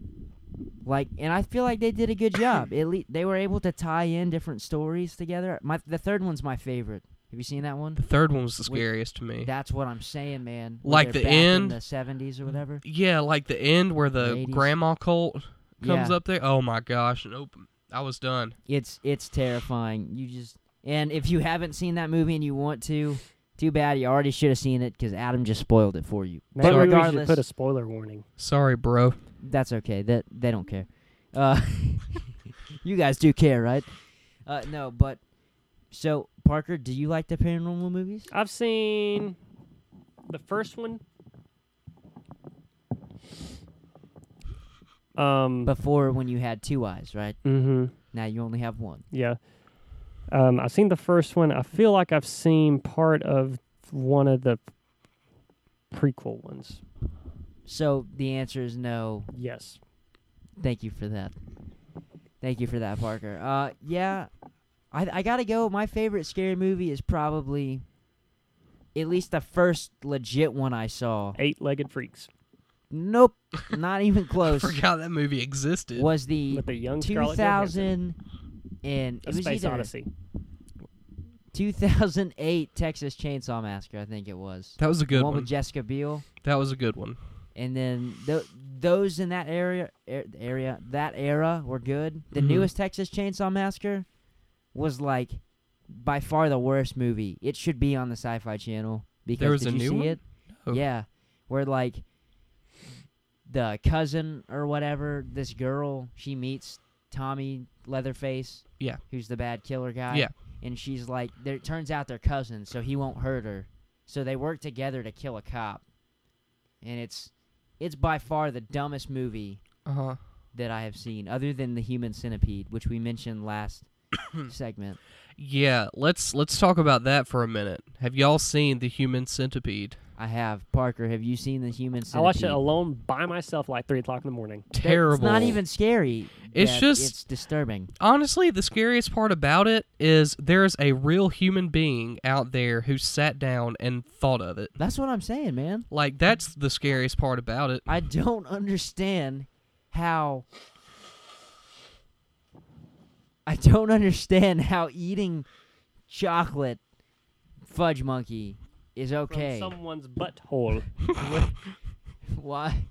[SPEAKER 1] Like, and I feel like they did a good job. At least they were able to tie in different stories together. My the third one's my favorite. Have you seen that one?
[SPEAKER 3] The third one was the
[SPEAKER 1] Wait,
[SPEAKER 3] scariest to me.
[SPEAKER 1] That's what I'm saying, man. Where
[SPEAKER 3] Like
[SPEAKER 1] they're
[SPEAKER 3] the
[SPEAKER 1] back in
[SPEAKER 3] end?
[SPEAKER 1] the '70s or whatever.
[SPEAKER 3] Yeah, like the end where the
[SPEAKER 1] Ladies.
[SPEAKER 3] grandma cult comes
[SPEAKER 1] Yeah.
[SPEAKER 3] up there. Oh my gosh! Nope, I was done.
[SPEAKER 1] It's it's terrifying. You just and if you haven't seen that movie and you want to, too bad you already should have seen it because Adam just spoiled it for you.
[SPEAKER 2] Maybe
[SPEAKER 1] but
[SPEAKER 2] we
[SPEAKER 1] regardless,
[SPEAKER 2] should put a spoiler warning.
[SPEAKER 3] Sorry, bro.
[SPEAKER 1] that's okay. That they don't care. Uh, you guys do care, right? Uh, no, but so Parker, do you like the paranormal movies?
[SPEAKER 2] I've seen the first one. Um.
[SPEAKER 1] Before when you had two eyes, right?
[SPEAKER 2] mm-hmm.
[SPEAKER 1] Now you only have one.
[SPEAKER 2] Yeah. Um. I've seen the first one. I feel like I've seen part of one of the prequel ones.
[SPEAKER 1] So the answer is no.
[SPEAKER 2] Yes.
[SPEAKER 1] Thank you for that. Thank you for that, Parker. Uh, yeah, I I gotta go. My favorite scary movie is probably, at least the first legit one I saw.
[SPEAKER 2] Eight-legged freaks
[SPEAKER 1] Nope, not even
[SPEAKER 3] I
[SPEAKER 1] close.
[SPEAKER 3] forgot that movie existed.
[SPEAKER 1] Was the
[SPEAKER 2] with the young
[SPEAKER 1] two
[SPEAKER 2] Scarlett
[SPEAKER 1] thousand
[SPEAKER 2] Johansson.
[SPEAKER 1] and
[SPEAKER 2] A
[SPEAKER 1] it was
[SPEAKER 2] Space
[SPEAKER 1] either
[SPEAKER 2] Odyssey.
[SPEAKER 1] two thousand eight Texas Chainsaw Massacre, I think it was.
[SPEAKER 3] That was a
[SPEAKER 1] The
[SPEAKER 3] good
[SPEAKER 1] one
[SPEAKER 3] one.
[SPEAKER 1] with Jessica Biel.
[SPEAKER 3] that was a good one.
[SPEAKER 1] and then th- those in that area er, area that era were good. The
[SPEAKER 3] Mhm.
[SPEAKER 1] newest Texas Chainsaw Massacre was like by far the worst movie. It should be on the Sci-Fi Channel because
[SPEAKER 3] was
[SPEAKER 1] did
[SPEAKER 3] a
[SPEAKER 1] you
[SPEAKER 3] new
[SPEAKER 1] see
[SPEAKER 3] one?
[SPEAKER 1] it?
[SPEAKER 3] Oh.
[SPEAKER 1] Yeah, where like the cousin or whatever, this girl she meets Tommy Leatherface.
[SPEAKER 3] Yeah.
[SPEAKER 1] who's the bad killer guy?
[SPEAKER 3] Yeah.
[SPEAKER 1] and she's like, there- it turns out they're cousins, so he won't hurt her. So they work together to kill a cop and it's it's by far the dumbest movie
[SPEAKER 3] Uh huh.
[SPEAKER 1] that I have seen, other than the Human Centipede, which we mentioned last segment.
[SPEAKER 3] Yeah, let's let's talk about that for a minute. Have y'all seen the Human Centipede?
[SPEAKER 1] I have Parker. Have you seen the Human Centipede?
[SPEAKER 2] I watched it alone by myself, like three o'clock in the morning.
[SPEAKER 1] That-
[SPEAKER 3] Terrible.
[SPEAKER 1] It's not even scary.
[SPEAKER 3] It's
[SPEAKER 1] that
[SPEAKER 3] just-
[SPEAKER 1] it's disturbing.
[SPEAKER 3] honestly, the scariest part about it is there is a real human being out there who sat down and thought of it.
[SPEAKER 1] That's what I'm saying, man.
[SPEAKER 3] Like that's the scariest part about it.
[SPEAKER 1] I don't understand how. I don't understand how eating chocolate fudge monkey is
[SPEAKER 2] From
[SPEAKER 1] okay.
[SPEAKER 2] someone's butthole.
[SPEAKER 1] Why?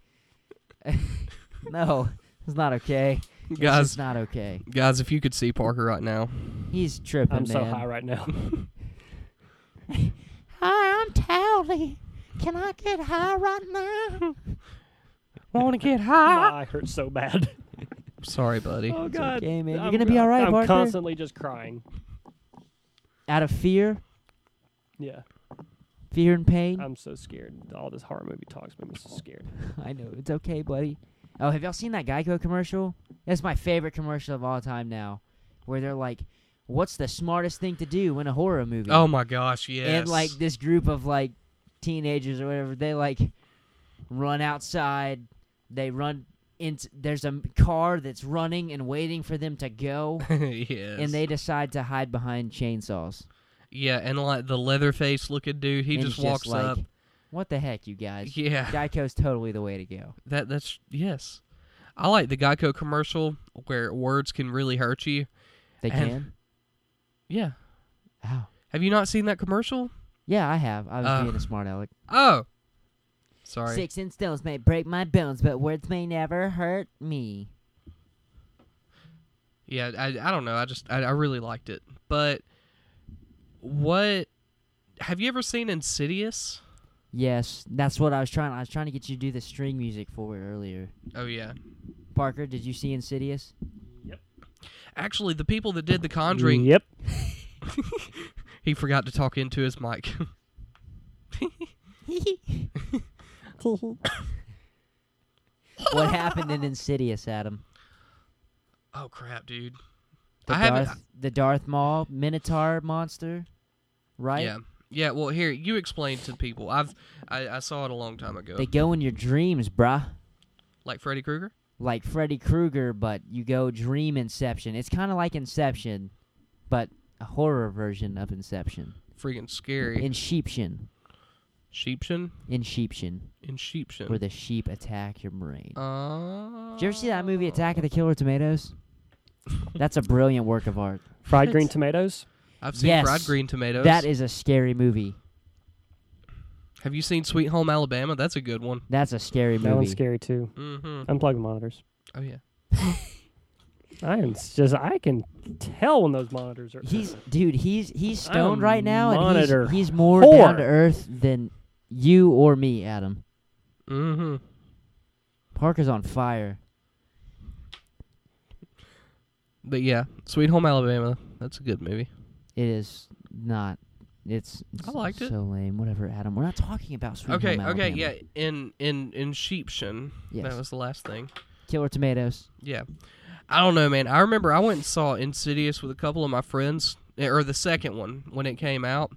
[SPEAKER 1] no, it's not okay. it's
[SPEAKER 3] guys,
[SPEAKER 1] just not okay.
[SPEAKER 3] guys, if you could see Parker right now.
[SPEAKER 1] He's tripping,
[SPEAKER 2] I'm
[SPEAKER 1] man.
[SPEAKER 2] so high right now.
[SPEAKER 1] Hi, I'm Towley. Can I get high right now?
[SPEAKER 3] Want to get
[SPEAKER 2] My eye hurts so bad.
[SPEAKER 3] Sorry, buddy.
[SPEAKER 2] Oh God.
[SPEAKER 1] okay, man. You're
[SPEAKER 2] I'm-
[SPEAKER 1] gonna be all right,
[SPEAKER 2] I'm
[SPEAKER 1] Parker.
[SPEAKER 2] constantly just crying.
[SPEAKER 1] Out of fear,
[SPEAKER 2] Yeah.
[SPEAKER 1] fear and pain.
[SPEAKER 2] I'm so scared. All this horror movie talks made me so scared.
[SPEAKER 1] I know it's okay, buddy. Oh, have y'all seen that Geico commercial? That's my favorite commercial of all time now, where they're like, "What's the smartest thing to do in a horror movie?"
[SPEAKER 3] Oh my gosh, yes.
[SPEAKER 1] and like this group of like teenagers or whatever they like run outside they run into there's a m- car that's running and waiting for them to go
[SPEAKER 3] yes.
[SPEAKER 1] and they decide to hide behind chainsaws
[SPEAKER 3] Yeah, and like the leather face looking dude, he
[SPEAKER 1] And
[SPEAKER 3] just
[SPEAKER 1] it's
[SPEAKER 3] walks
[SPEAKER 1] like,
[SPEAKER 3] up.
[SPEAKER 1] what the heck you guys
[SPEAKER 3] Yeah.
[SPEAKER 1] geico's totally the way to go
[SPEAKER 3] That that's yes. I like the Geico commercial where words can really hurt you.
[SPEAKER 1] they
[SPEAKER 3] And-
[SPEAKER 1] can
[SPEAKER 3] Yeah.
[SPEAKER 1] oh
[SPEAKER 3] Have you not seen that commercial?
[SPEAKER 1] yeah i have i was
[SPEAKER 3] Uh,
[SPEAKER 1] being a smart aleck
[SPEAKER 3] Oh. Sorry.
[SPEAKER 1] six and stones may break my bones but words may never hurt me
[SPEAKER 3] Yeah, I, I don't know. I just I, I really liked it. But what have you ever seen Insidious?
[SPEAKER 1] yes that's what i was trying i was trying to get you to do the string music for it earlier
[SPEAKER 3] Oh yeah.
[SPEAKER 1] parker did you see insidious
[SPEAKER 3] Actually, the people that did The Conjuring,
[SPEAKER 2] Yep.
[SPEAKER 3] he forgot to talk into his mic.
[SPEAKER 1] what happened in Insidious, Adam?
[SPEAKER 3] oh crap, dude.
[SPEAKER 1] The
[SPEAKER 3] I haven't-
[SPEAKER 1] Darth, the Darth Maul Minotaur monster, right?
[SPEAKER 3] Yeah. Yeah, well, here you explain to people. I've I, I saw it a long time ago.
[SPEAKER 1] They go in your dreams, bruh.
[SPEAKER 3] like Freddy Krueger?
[SPEAKER 1] Like Freddy Krueger, but you go dream Inception. It's kind of like Inception, but a horror version of Inception.
[SPEAKER 3] Freaking scary.
[SPEAKER 1] In Sheepshin,
[SPEAKER 3] Sheepshin?
[SPEAKER 1] in Sheepshin,
[SPEAKER 3] In Sheepshin.
[SPEAKER 1] where the sheep attack your brain.
[SPEAKER 3] Uh,
[SPEAKER 1] Did you ever see that
[SPEAKER 2] Oh.
[SPEAKER 1] movie Attack of the Killer Tomatoes? That's a brilliant work of art.
[SPEAKER 2] Fried green tomatoes.
[SPEAKER 3] I've seen
[SPEAKER 1] Yes.
[SPEAKER 3] fried green tomatoes.
[SPEAKER 1] That is a scary movie.
[SPEAKER 3] Have you seen Sweet Home Alabama? That's a good one.
[SPEAKER 1] That's a scary movie.
[SPEAKER 2] That one's scary too.
[SPEAKER 3] Mm-hmm.
[SPEAKER 2] Unplug the monitors.
[SPEAKER 3] Oh yeah.
[SPEAKER 2] I am s- just. I can tell when those monitors are.
[SPEAKER 1] He's dude. He's he's
[SPEAKER 2] I'm
[SPEAKER 1] stoned right now, and
[SPEAKER 2] monitor
[SPEAKER 1] he's, he's more
[SPEAKER 2] whore.
[SPEAKER 1] down to earth than you or me, Adam.
[SPEAKER 3] Mm-hmm.
[SPEAKER 1] Parker's on fire.
[SPEAKER 3] But yeah, Sweet Home Alabama. That's a good movie.
[SPEAKER 1] It is not. It's,
[SPEAKER 3] I liked
[SPEAKER 1] so
[SPEAKER 3] it.
[SPEAKER 1] lame. Whatever, Adam. We're not talking about Sweet
[SPEAKER 3] okay,
[SPEAKER 1] Home
[SPEAKER 3] okay,
[SPEAKER 1] Alabama.
[SPEAKER 3] yeah. In in in Sheepshin.
[SPEAKER 1] Yes.
[SPEAKER 3] That was the last thing.
[SPEAKER 1] Killer Tomatoes.
[SPEAKER 3] Yeah. I don't know, man. I remember I went and saw Insidious with a couple of my friends, eh, or the second one when it came out.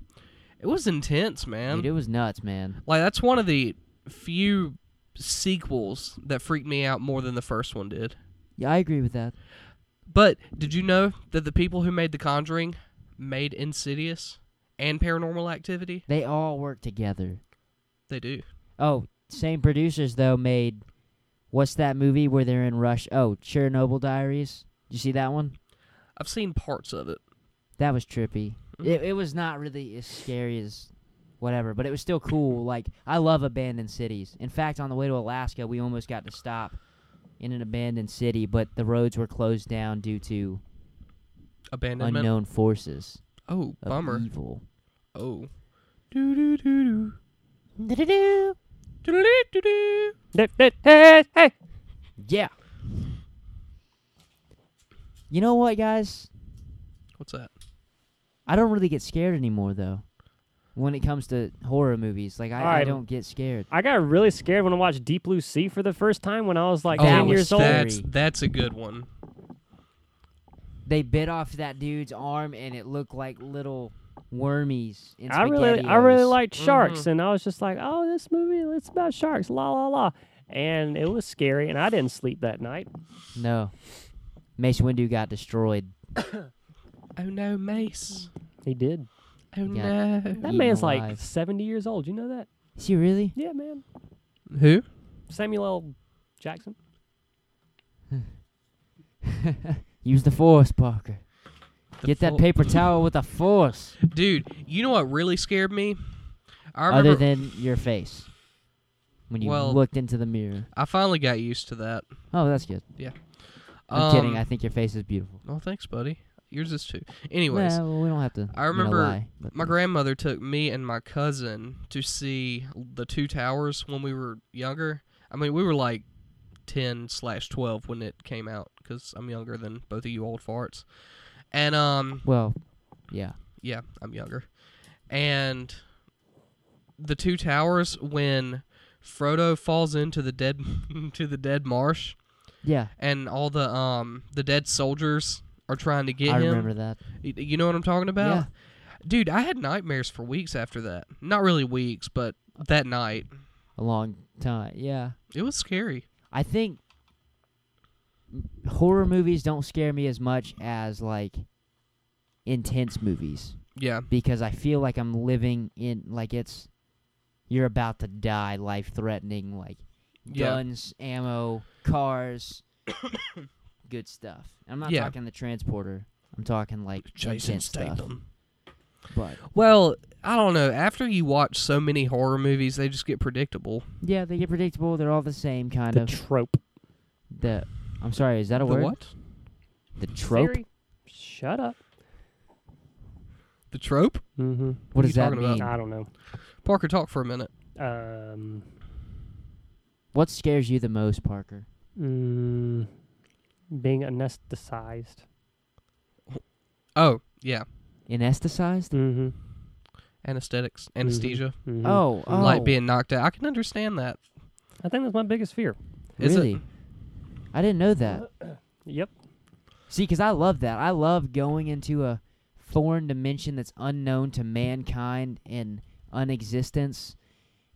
[SPEAKER 3] It was intense, man.
[SPEAKER 1] Dude, it was nuts, man.
[SPEAKER 3] Like that's one of the few sequels that freaked me out more than the first one did.
[SPEAKER 1] Yeah, I agree with that.
[SPEAKER 3] But did you know that the people who made The Conjuring made Insidious and Paranormal Activity?
[SPEAKER 1] They all work together.
[SPEAKER 3] They do.
[SPEAKER 1] Oh, same producers though made. What's that movie where they're in Rush? Oh, Chernobyl Diaries. Did you see that one?
[SPEAKER 3] I've seen parts of it.
[SPEAKER 1] That was trippy. It, it was not really as scary as whatever, but it was still cool. Like I love abandoned cities. In fact, on the way to Alaska, we almost got to stop in an abandoned city, but the roads were closed down due to
[SPEAKER 3] Abandonment.
[SPEAKER 1] unknown forces
[SPEAKER 3] Oh,
[SPEAKER 1] of
[SPEAKER 3] bummer.
[SPEAKER 1] evil.
[SPEAKER 3] Oh. Do do do
[SPEAKER 1] Do-do-do.
[SPEAKER 3] do do do.
[SPEAKER 2] Hey, hey, hey, hey.
[SPEAKER 1] Yeah. You know what, guys?
[SPEAKER 3] What's that?
[SPEAKER 1] I don't really get scared anymore, though. when it comes to horror movies. Like I, I
[SPEAKER 2] Alright.
[SPEAKER 1] don't get scared.
[SPEAKER 2] I got really scared when I watched Deep Blue Sea for the first time when I was like
[SPEAKER 1] Oh,
[SPEAKER 2] ten
[SPEAKER 1] was
[SPEAKER 2] years old.
[SPEAKER 1] that-
[SPEAKER 3] That's that's a good one.
[SPEAKER 1] They bit off that dude's arm and it looked like little wormies. And
[SPEAKER 2] I really, I really
[SPEAKER 1] SpaghettiOs.
[SPEAKER 2] liked sharks,
[SPEAKER 1] Mm-hmm.
[SPEAKER 2] and I was just like, "Oh, this movie, it's about sharks, la la la," and it was scary, and I didn't sleep that night.
[SPEAKER 1] No, Mace Windu got destroyed.
[SPEAKER 3] Oh no, Mace.
[SPEAKER 2] He did.
[SPEAKER 3] Oh
[SPEAKER 1] Yeah.
[SPEAKER 3] no.
[SPEAKER 2] That
[SPEAKER 1] Eaten
[SPEAKER 2] man's like
[SPEAKER 1] alive.
[SPEAKER 2] seventy years old. You know that?
[SPEAKER 1] Is he really?
[SPEAKER 2] Yeah, man.
[SPEAKER 3] Who?
[SPEAKER 2] Samuel L. Jackson.
[SPEAKER 1] Use the force, Parker.
[SPEAKER 3] The
[SPEAKER 1] Get
[SPEAKER 3] full-
[SPEAKER 1] that paper towel with a force.
[SPEAKER 3] Dude, you know what really scared me? I remember
[SPEAKER 1] Other than your face, when you
[SPEAKER 3] Well-
[SPEAKER 1] looked into the mirror.
[SPEAKER 3] I finally got used to that.
[SPEAKER 1] Oh, that's good. I'm
[SPEAKER 3] um,
[SPEAKER 1] kidding. I think your face is beautiful.
[SPEAKER 3] Well, thanks, buddy. Yours is too. Anyways,
[SPEAKER 1] Nah, well, we don't have to.
[SPEAKER 3] I
[SPEAKER 1] you know,
[SPEAKER 3] remember
[SPEAKER 1] lie, but-
[SPEAKER 3] my grandmother took me and my cousin to see the two towers when we were younger. I mean, we were like ten slash twelve when it came out because I'm younger than both of you old farts. And um,
[SPEAKER 1] Well, yeah.
[SPEAKER 3] yeah, I'm younger. And the two towers when Frodo falls into the dead to the dead marsh
[SPEAKER 1] Yeah,
[SPEAKER 3] and all the um the dead soldiers are trying to get
[SPEAKER 1] I
[SPEAKER 3] him.
[SPEAKER 1] remember that.
[SPEAKER 3] Y- You know what I'm talking about? Dude, I had nightmares for weeks after that. Not really weeks, but that night.
[SPEAKER 1] A long time. Yeah.
[SPEAKER 3] It was scary.
[SPEAKER 1] I think horror movies don't scare me as much as like intense movies
[SPEAKER 3] Yeah.
[SPEAKER 1] because I feel like I'm living in like it's you're about to die, life threatening, like
[SPEAKER 3] Yeah.
[SPEAKER 1] guns, ammo, cars, good stuff. I'm not
[SPEAKER 3] Yeah.
[SPEAKER 1] talking the transporter. I'm talking like
[SPEAKER 3] Jason
[SPEAKER 1] intense stuff.
[SPEAKER 3] Statham.
[SPEAKER 1] But
[SPEAKER 3] Well, I don't know. After you watch so many horror movies, they just get predictable.
[SPEAKER 1] yeah, they get predictable. They're all the same kind
[SPEAKER 2] The
[SPEAKER 1] of.
[SPEAKER 2] trope.
[SPEAKER 1] the I'm sorry, is that a
[SPEAKER 3] the
[SPEAKER 1] word?
[SPEAKER 3] what?
[SPEAKER 1] The trope.
[SPEAKER 2] Siri, shut up.
[SPEAKER 3] The trope?
[SPEAKER 2] Mm-hmm.
[SPEAKER 1] What
[SPEAKER 3] are
[SPEAKER 1] does
[SPEAKER 3] you
[SPEAKER 1] that
[SPEAKER 3] talking about?
[SPEAKER 1] mean?
[SPEAKER 2] I don't know.
[SPEAKER 3] Parker, talk for a minute.
[SPEAKER 2] Um.
[SPEAKER 1] What scares you the most, Parker?
[SPEAKER 2] Mm, being anesthetized.
[SPEAKER 3] Oh, yeah.
[SPEAKER 1] Anesthetized?
[SPEAKER 2] Mm-hmm.
[SPEAKER 3] Anesthetics,
[SPEAKER 1] Mm-hmm.
[SPEAKER 3] anesthesia,
[SPEAKER 1] Oh, oh.
[SPEAKER 3] like being knocked out. I can understand that.
[SPEAKER 2] I think that's my biggest fear.
[SPEAKER 3] Is it-
[SPEAKER 1] really? I didn't know that.
[SPEAKER 2] Yep.
[SPEAKER 1] See, because I love that. I love going into a foreign dimension that's unknown to mankind and unexistence,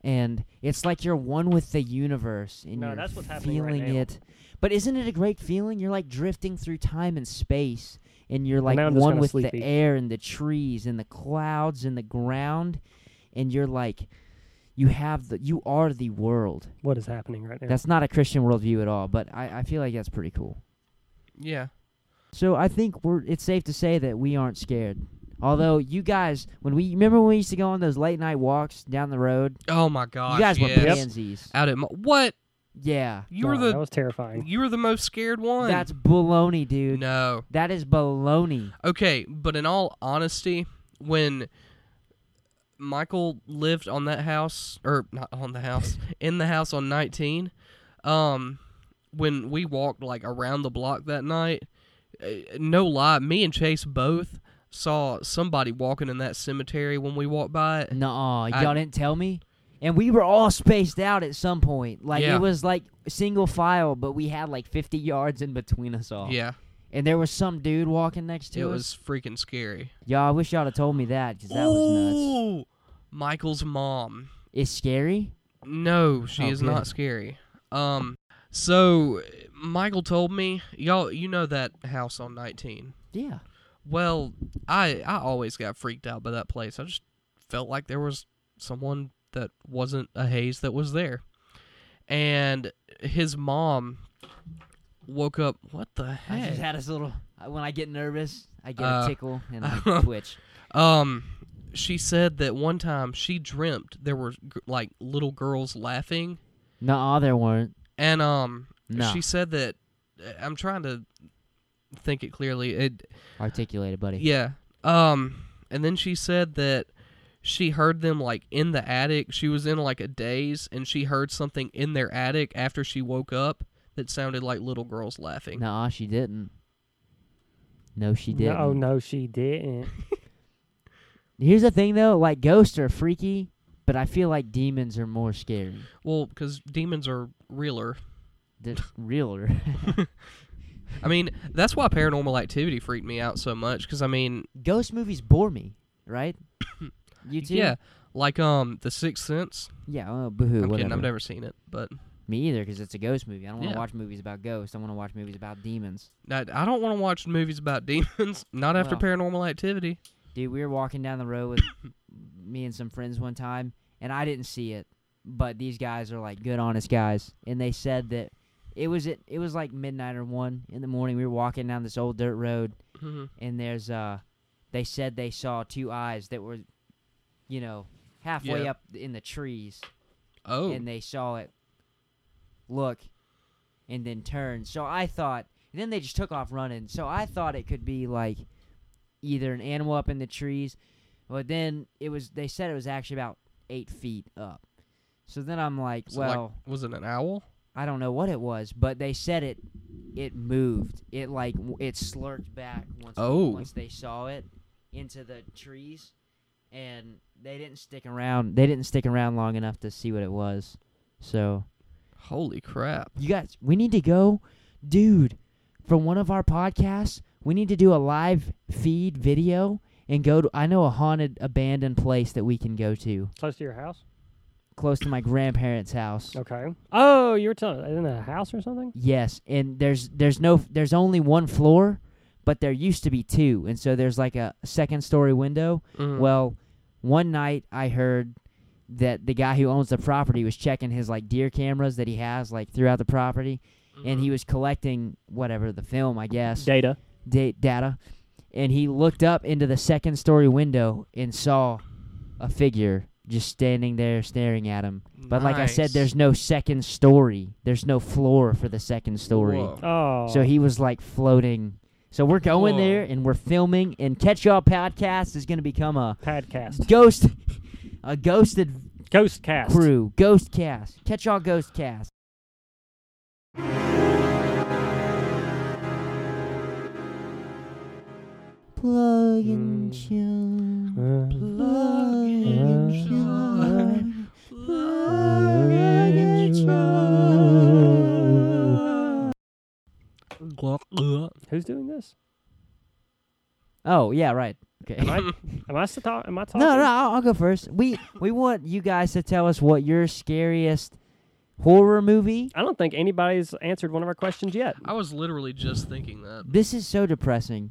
[SPEAKER 1] and it's like you're one with the universe, and
[SPEAKER 2] No,
[SPEAKER 1] you're
[SPEAKER 2] that's what's happening right
[SPEAKER 1] feeling
[SPEAKER 2] now.
[SPEAKER 1] it. But isn't it a great feeling? You're like drifting through time and space, and you're like
[SPEAKER 2] now I'm just
[SPEAKER 1] one
[SPEAKER 2] kinda
[SPEAKER 1] with
[SPEAKER 2] sleepy.
[SPEAKER 1] the air and the trees and the clouds and the ground, and you're like, you have the, you are the world.
[SPEAKER 2] What is happening right now?
[SPEAKER 1] That's not a Christian worldview at all, but I, I feel like that's pretty cool.
[SPEAKER 3] Yeah.
[SPEAKER 1] So I think we're it's safe to say that we aren't scared. Although you guys, when we remember when we used to go on those late night walks down the road,
[SPEAKER 3] Oh my gosh.
[SPEAKER 1] you guys were
[SPEAKER 3] yes.
[SPEAKER 1] pansies.
[SPEAKER 3] Out at Mo- what?
[SPEAKER 1] Yeah,
[SPEAKER 3] You
[SPEAKER 2] No,
[SPEAKER 3] were the
[SPEAKER 2] that was terrifying.
[SPEAKER 3] you were the most scared one.
[SPEAKER 1] that's baloney, dude.
[SPEAKER 3] no.
[SPEAKER 1] That is baloney.
[SPEAKER 3] Okay, but in all honesty, when Michael lived on that house or not on the house, in the house on 19, um when we walked like around the block that night, uh, no lie, me and Chase both saw somebody walking in that cemetery when we walked by it.
[SPEAKER 1] Nuh-uh,
[SPEAKER 3] Uh, I-
[SPEAKER 1] y'all didn't tell me. And we were all spaced out at some point. Like
[SPEAKER 3] Yeah.
[SPEAKER 1] it was like single file, but we had like 50 yards in between us all.
[SPEAKER 3] Yeah,
[SPEAKER 1] And there was some dude walking next to
[SPEAKER 3] it
[SPEAKER 1] us.
[SPEAKER 3] was freaking scary.
[SPEAKER 1] Y'all, I wish y'all had told me that because that was nuts.
[SPEAKER 3] Ooh, Michael's mom.
[SPEAKER 1] It's scary.
[SPEAKER 3] No, she
[SPEAKER 1] Oh,
[SPEAKER 3] is
[SPEAKER 1] good.
[SPEAKER 3] not scary. Um, so Michael told me, y'all, you know that house on 19.
[SPEAKER 1] Yeah.
[SPEAKER 3] Well, I I always got freaked out by that place. I just felt like there was someone that wasn't a haze that was there. And his mom woke up. What the
[SPEAKER 1] I just
[SPEAKER 3] heck?
[SPEAKER 1] had this little. I- When I get nervous, I get
[SPEAKER 3] Uh,
[SPEAKER 1] a tickle and I twitch.
[SPEAKER 3] Um, she said that one time she dreamt there were gr- like little girls laughing,
[SPEAKER 1] No, there weren't.
[SPEAKER 3] and um,
[SPEAKER 1] No,
[SPEAKER 3] She said that uh, I'm trying to think it clearly. It
[SPEAKER 1] articulated, buddy.
[SPEAKER 3] yeah. Um and then she said that she heard them like in the attic. She was in like a daze and she heard something in their attic after she woke up that sounded like little girls laughing.
[SPEAKER 1] No, she didn't. No, she didn't.
[SPEAKER 2] No, no, she didn't.
[SPEAKER 1] Here's the thing though, like ghosts are freaky, but I feel like demons are more scary.
[SPEAKER 3] Well, because demons are realer.
[SPEAKER 1] They're realer.
[SPEAKER 3] I mean, that's why paranormal activity freaked me out so much. Because I mean,
[SPEAKER 1] Ghost movies bore me, right? you too?
[SPEAKER 3] yeah, like um, The Sixth Sense.
[SPEAKER 1] Yeah, oh, boohoo,
[SPEAKER 3] I'm
[SPEAKER 1] whatever.
[SPEAKER 3] kidding. I've never seen it, but
[SPEAKER 1] Me either, because it's a ghost movie. I don't want to
[SPEAKER 3] Yeah.
[SPEAKER 1] watch movies about ghosts. I want to watch movies about demons.
[SPEAKER 3] I, I don't want to watch movies about demons. Not after
[SPEAKER 1] Well.
[SPEAKER 3] paranormal activity.
[SPEAKER 1] Dude, we were walking down the road with me and some friends one time, and I didn't see it, but these guys are like good, honest guys, and they said that it was it, it was like midnight or one in the morning. We were walking down this old dirt road,
[SPEAKER 3] Mhm.
[SPEAKER 1] and there's uh, they said they saw two eyes that were, you know, halfway
[SPEAKER 3] Yeah.
[SPEAKER 1] up in the trees,
[SPEAKER 3] Oh,
[SPEAKER 1] and they saw it look and then turn. So I thought, and then they just took off running. So I thought it could be like either an animal up in the trees, but then it was, they said it was actually about eight feet up. So then I'm like,
[SPEAKER 3] So, like,
[SPEAKER 1] well,
[SPEAKER 3] was it an owl?
[SPEAKER 1] I don't know what it was, but they said it, it moved. It like, w- it slurped back once,
[SPEAKER 3] Oh.
[SPEAKER 1] once they saw it into the trees. And they didn't stick around. They didn't stick around long enough to see what it was. So
[SPEAKER 3] Holy crap!
[SPEAKER 1] you guys, we need to go, dude, for one of our podcasts. We need to do a live feed video and go to. I know a haunted, abandoned place that we can go to
[SPEAKER 2] Close to your house?
[SPEAKER 1] close to my grandparents' house.
[SPEAKER 2] Okay. Oh, you were telling in a house or something?
[SPEAKER 1] Yes, and there's there's no there's only one floor, but there used to be two, and so there's like a second story window.
[SPEAKER 3] Mhm.
[SPEAKER 1] Well, one night I heard that the guy who owns the property was checking his like deer cameras that he has like throughout the property, and
[SPEAKER 3] Mm-hmm.
[SPEAKER 1] he was collecting whatever the film, I guess.
[SPEAKER 2] Data.
[SPEAKER 1] da- data, and he looked up into the second story window and saw a figure just standing there staring at him. But like I said,
[SPEAKER 3] Nice.
[SPEAKER 1] there's no second story. There's no floor for the second story.
[SPEAKER 3] Whoa.
[SPEAKER 2] Oh.
[SPEAKER 1] So he was like floating. So we're going
[SPEAKER 3] Whoa.
[SPEAKER 1] there and we're filming. And Catch Y'all Podcast is going to become a
[SPEAKER 2] Podcast.
[SPEAKER 1] ghost, a ghosted
[SPEAKER 2] Ghost cast.
[SPEAKER 1] crew, ghost cast, Catch Y'all Ghost Cast. Plug
[SPEAKER 3] Mm.
[SPEAKER 2] and
[SPEAKER 1] show.
[SPEAKER 2] Uh,
[SPEAKER 3] Plug-in
[SPEAKER 2] show.
[SPEAKER 3] Plug-in show.
[SPEAKER 2] who's doing this?
[SPEAKER 1] Oh yeah, right. Okay.
[SPEAKER 2] Am I am I still talking? Am I talking?
[SPEAKER 1] No, no, I'll, I'll go first. We we want you guys to tell us what your scariest horror movie.
[SPEAKER 2] I don't think anybody's answered one of our questions yet.
[SPEAKER 3] I was literally just thinking
[SPEAKER 2] Um,
[SPEAKER 3] that
[SPEAKER 1] This is so depressing.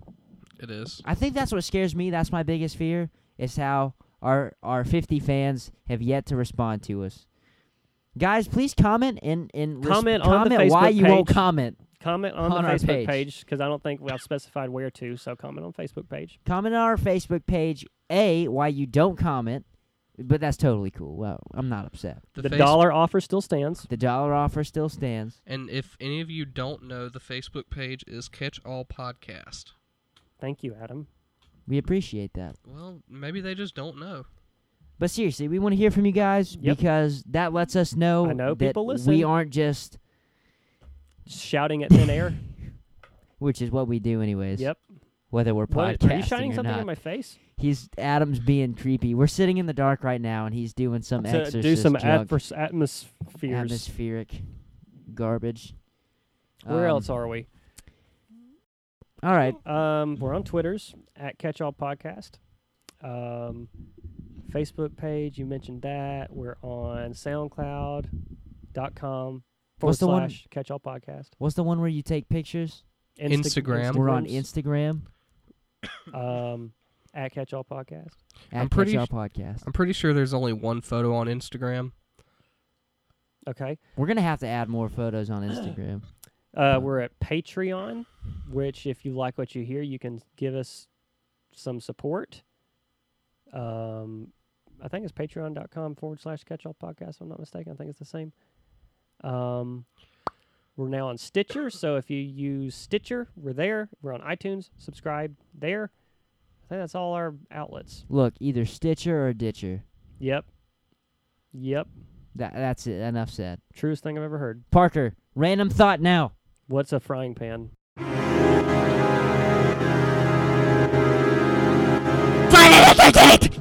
[SPEAKER 3] it is.
[SPEAKER 1] I think that's what scares me. That's my biggest fear is how our our 50 fans have yet to respond to us. Guys, please comment and and res-
[SPEAKER 2] Comment on the
[SPEAKER 1] comment why
[SPEAKER 2] Facebook
[SPEAKER 1] you won't
[SPEAKER 2] page.
[SPEAKER 1] comment.
[SPEAKER 2] Comment on,
[SPEAKER 1] On
[SPEAKER 2] the
[SPEAKER 1] our
[SPEAKER 2] Facebook
[SPEAKER 1] page.
[SPEAKER 2] page because I don't think we have specified where to. So comment on Facebook page.
[SPEAKER 1] Comment on our Facebook page. A why you don't comment, but that's totally cool. Well, I'm not upset.
[SPEAKER 2] The,
[SPEAKER 3] face-
[SPEAKER 2] dollar offer still stands.
[SPEAKER 1] The dollar offer still stands.
[SPEAKER 3] And if any of you don't know, the Facebook page is Catch All Podcast.
[SPEAKER 2] Thank you, Adam.
[SPEAKER 1] We appreciate that.
[SPEAKER 3] Well, maybe they just don't know.
[SPEAKER 1] But seriously, we want to hear from you guys
[SPEAKER 2] Yep.
[SPEAKER 1] because that lets us know,
[SPEAKER 2] I know
[SPEAKER 1] that
[SPEAKER 2] people
[SPEAKER 1] we
[SPEAKER 2] listen.
[SPEAKER 1] aren't just,
[SPEAKER 2] Shouting at thin air.
[SPEAKER 1] which is what we do anyways.
[SPEAKER 2] yep.
[SPEAKER 1] Whether we're
[SPEAKER 2] What,
[SPEAKER 1] podcasting
[SPEAKER 2] are you shining
[SPEAKER 1] or
[SPEAKER 2] something
[SPEAKER 1] not.
[SPEAKER 2] in my face?
[SPEAKER 1] He's Adam's being creepy. We're sitting in the dark right now, and he's doing some
[SPEAKER 2] to
[SPEAKER 1] exorcist
[SPEAKER 2] do some
[SPEAKER 1] drug,
[SPEAKER 2] adverse atmospheres.
[SPEAKER 1] atmospheric garbage.
[SPEAKER 2] Where
[SPEAKER 1] Um,
[SPEAKER 2] else are we?
[SPEAKER 1] All right,
[SPEAKER 2] Um, we're on Twitter's at Catch All Podcast. Um, Facebook page, you mentioned that. We're on SoundCloud.com forward
[SPEAKER 1] What's the one-
[SPEAKER 2] slash Catch All Podcast.
[SPEAKER 1] what's the one where you take pictures?
[SPEAKER 3] Instagram.
[SPEAKER 1] We're on Instagram.
[SPEAKER 2] um, at Catch All Podcast.
[SPEAKER 1] At
[SPEAKER 3] I'm pretty
[SPEAKER 1] Catch
[SPEAKER 3] sh-
[SPEAKER 1] Y'all podcast.
[SPEAKER 3] I'm pretty sure there's only one photo on Instagram.
[SPEAKER 2] Okay.
[SPEAKER 1] We're gonna have to add more photos on Instagram.
[SPEAKER 2] Uh, we're at Patreon, which if you like what you hear, you can give us some support. Um, I think it's patreon.com forward slash catch all podcast. If I'm not mistaken. I think it's the same. Um, we're now on Stitcher. So if you use Stitcher, we're there. We're on iTunes. Subscribe there. I think that's all our outlets.
[SPEAKER 1] Look, either Stitcher or Ditcher.
[SPEAKER 2] Yep. Yep.
[SPEAKER 1] That that's it. Enough said.
[SPEAKER 2] Truest thing I've ever heard.
[SPEAKER 1] Parker, random thought now.
[SPEAKER 2] What's a frying pan?
[SPEAKER 4] Friday the 13th!